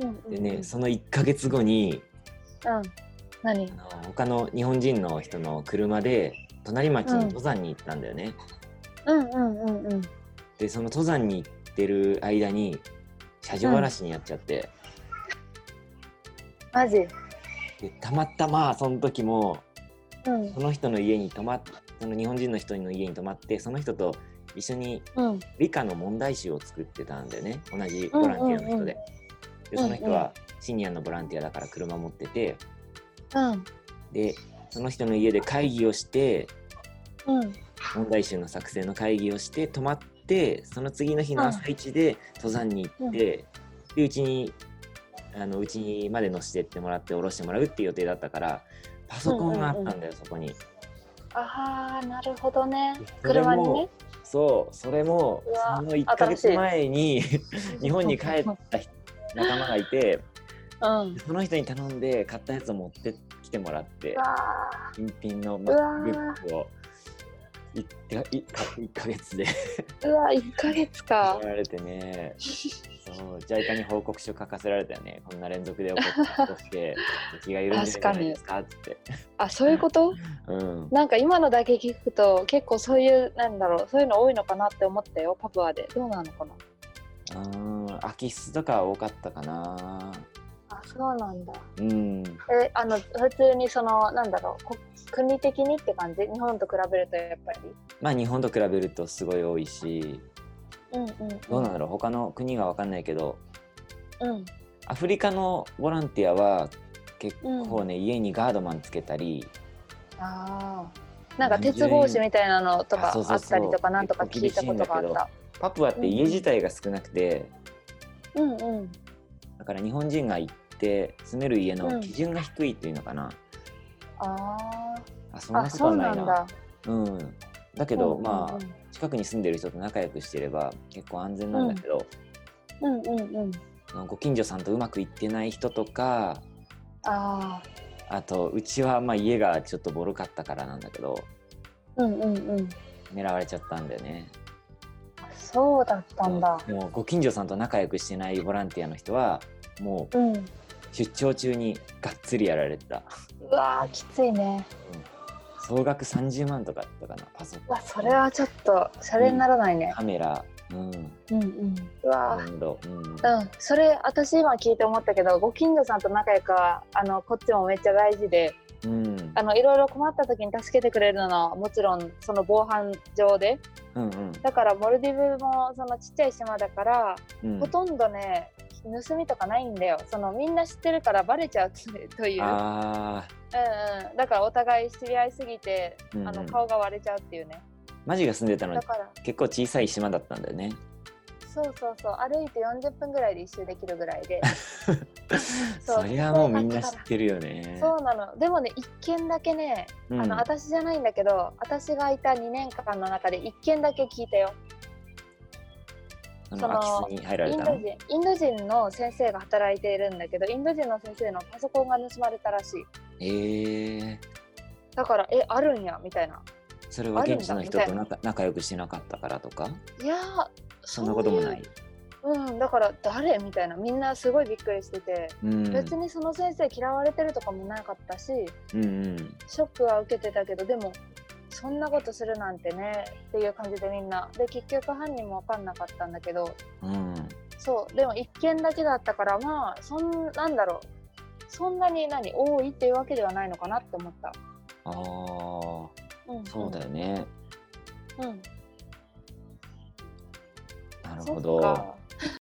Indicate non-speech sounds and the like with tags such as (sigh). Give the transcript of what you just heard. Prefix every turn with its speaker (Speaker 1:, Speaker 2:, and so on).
Speaker 1: うんうん
Speaker 2: でね、その1ヶ月後に
Speaker 1: うん。何
Speaker 2: あの他の日本人の人の車で隣町の登山に行ったんだよね。
Speaker 1: うんうんうんうん。
Speaker 2: でその登山に行ってる間に車上荒らしにやっちゃって、
Speaker 1: マジ
Speaker 2: でたまたまその時も
Speaker 1: うん
Speaker 2: その人の家に泊まっその日本人の人の家に泊まってその人と一緒に
Speaker 1: うん
Speaker 2: 理科の問題集を作ってたんだよね同じボランティアの人で。でその人はシニアのボランティアだから車持ってて
Speaker 1: うん
Speaker 2: でその人の家で会議をして
Speaker 1: うん。
Speaker 2: 問題集の作成の会議をして泊まってその次の日の朝一で登山に行って、でうちにあのうちにまで乗せてってもらって降ろしてもらうっていう予定だったからパソコンがあったんだよ、そこに
Speaker 1: ああなるほどね
Speaker 2: いや。それも
Speaker 1: 車にね。
Speaker 2: そうそれも
Speaker 1: うわ
Speaker 2: その1ヶ月
Speaker 1: (laughs)
Speaker 2: 前に日本に帰った人仲間がいて
Speaker 1: うん。
Speaker 2: その人に頼んで買ったやつを持ってきてもらって
Speaker 1: うわあ
Speaker 2: 新品の
Speaker 1: うわ
Speaker 2: MacBook を1か1ヶ月で
Speaker 1: うわ一ヶ月か
Speaker 2: 怒。られて
Speaker 1: (laughs)
Speaker 2: ねそう JICA に報告書書かせられたよねこんな連続で起こったことして気が緩んでるんじゃないですかっつって
Speaker 1: あそういうこと？
Speaker 2: うん
Speaker 1: なんか今のだけ聞くと結構そういうなんだろうそういうの多いのかなって思ったよパプアでどうなのかな。
Speaker 2: うん空き室とか多かったかな
Speaker 1: あそうなんだ。
Speaker 2: うん
Speaker 1: えあの普通にそのなんだろうこ国的にって感じ日本と比べるとやっぱり。
Speaker 2: まあ日本と比べるとすごい多いし
Speaker 1: うんうん、うん。
Speaker 2: どうなんだろう他の国が分かんないけど
Speaker 1: うん。
Speaker 2: アフリカのボランティアは結構ね、家にガードマンつけたり
Speaker 1: ああ。なんか鉄格子みたいなのとか
Speaker 2: あそう
Speaker 1: あ
Speaker 2: そう
Speaker 1: っ
Speaker 2: そう
Speaker 1: たりとかなんとか聞いたことがあった。
Speaker 2: パプアって家自体が少なくて、
Speaker 1: うんうん。
Speaker 2: だから日本人が行って住める家の基準が低いっていうのかな、
Speaker 1: あ
Speaker 2: あそん
Speaker 1: あ。
Speaker 2: な
Speaker 1: あ、
Speaker 2: こと
Speaker 1: そ
Speaker 2: は
Speaker 1: う
Speaker 2: な
Speaker 1: ないん
Speaker 2: な。
Speaker 1: だ。
Speaker 2: うんだけど、
Speaker 1: うんうんうん
Speaker 2: まあ近くに住んでる人と仲良くしてれば結構安全なんだけど、
Speaker 1: うんうんうん。
Speaker 2: あのご近所さんとうまくいってない人とか
Speaker 1: ああ。
Speaker 2: あとうちはまあ家がちょっとボロかったからなんだけど
Speaker 1: うんうんうん。
Speaker 2: 狙われちゃったんだよね。
Speaker 1: そうだったんだ。
Speaker 2: もうご近所さんと仲良くしてないボランティアの人はもう
Speaker 1: うん。う
Speaker 2: 出張中にがっつりやられた
Speaker 1: わーきついね。
Speaker 2: 総額30万とかだったかなパソ
Speaker 1: う
Speaker 2: コ
Speaker 1: わ
Speaker 2: ン
Speaker 1: それはちょっとシャレにならないね。
Speaker 2: カメラうん
Speaker 1: うんうん。う
Speaker 2: サ
Speaker 1: わ
Speaker 2: ウンドうん
Speaker 1: ー。うん、それ私今聞いて思ったけどご近所さんと仲良くはあのこっちもめっちゃ大事で
Speaker 2: うん
Speaker 1: あのいろいろ困った時に助けてくれるのはもちろんその防犯上で
Speaker 2: うんうん
Speaker 1: だからモルディブもそのちっちゃい島だから、
Speaker 2: うん
Speaker 1: ほとんどね盗みとかないんだよそのみんな知ってるからバレちゃうという、うんうん、
Speaker 2: あ
Speaker 1: だからお互い知り合いすぎて、
Speaker 2: ー、うん
Speaker 1: あ
Speaker 2: う
Speaker 1: の
Speaker 2: ん、
Speaker 1: 顔が割れちゃうっていうね
Speaker 2: マジが住んでたの
Speaker 1: だから
Speaker 2: 結構小さい島だったんだよね
Speaker 1: そうそうそう歩いて40分ぐらいで一周できるぐらいで (laughs) そう
Speaker 2: そりゃもうみんな知ってるよね
Speaker 1: そうなのでもね一件だけね、
Speaker 2: うん、
Speaker 1: あの私じゃないんだけど私がいた2年間の中で一件だけ聞いたよ
Speaker 2: そ
Speaker 1: そ
Speaker 2: の
Speaker 1: の
Speaker 2: 空き巣に入られ
Speaker 1: イン
Speaker 2: た
Speaker 1: ド
Speaker 2: の
Speaker 1: 人インド人の先生が働いているんだけどインド人の先生のパソコンが盗まれたらしい
Speaker 2: えー、
Speaker 1: だからえあるんやみたいな
Speaker 2: それは現地の人と仲仲良くしてなかったからとか
Speaker 1: いやー
Speaker 2: そんなこともない
Speaker 1: そういううんだから誰みたいなみんなすごいびっくりしてて、
Speaker 2: うん
Speaker 1: 別にその先生嫌われてるとかもなかったし
Speaker 2: うんうん
Speaker 1: ショックは受けてたけどでもそんなことするなんてねっていう感じでみんなで結局犯人も分かんなかったんだけど
Speaker 2: うん
Speaker 1: そうでも一件だけだったからまあそんなんだろうそんなに何多いっていうわけではないのかなって思った、
Speaker 2: あー
Speaker 1: うんん
Speaker 2: そうだよね、
Speaker 1: うん
Speaker 2: なる
Speaker 1: そ
Speaker 2: ほ
Speaker 1: っ
Speaker 2: ど
Speaker 1: か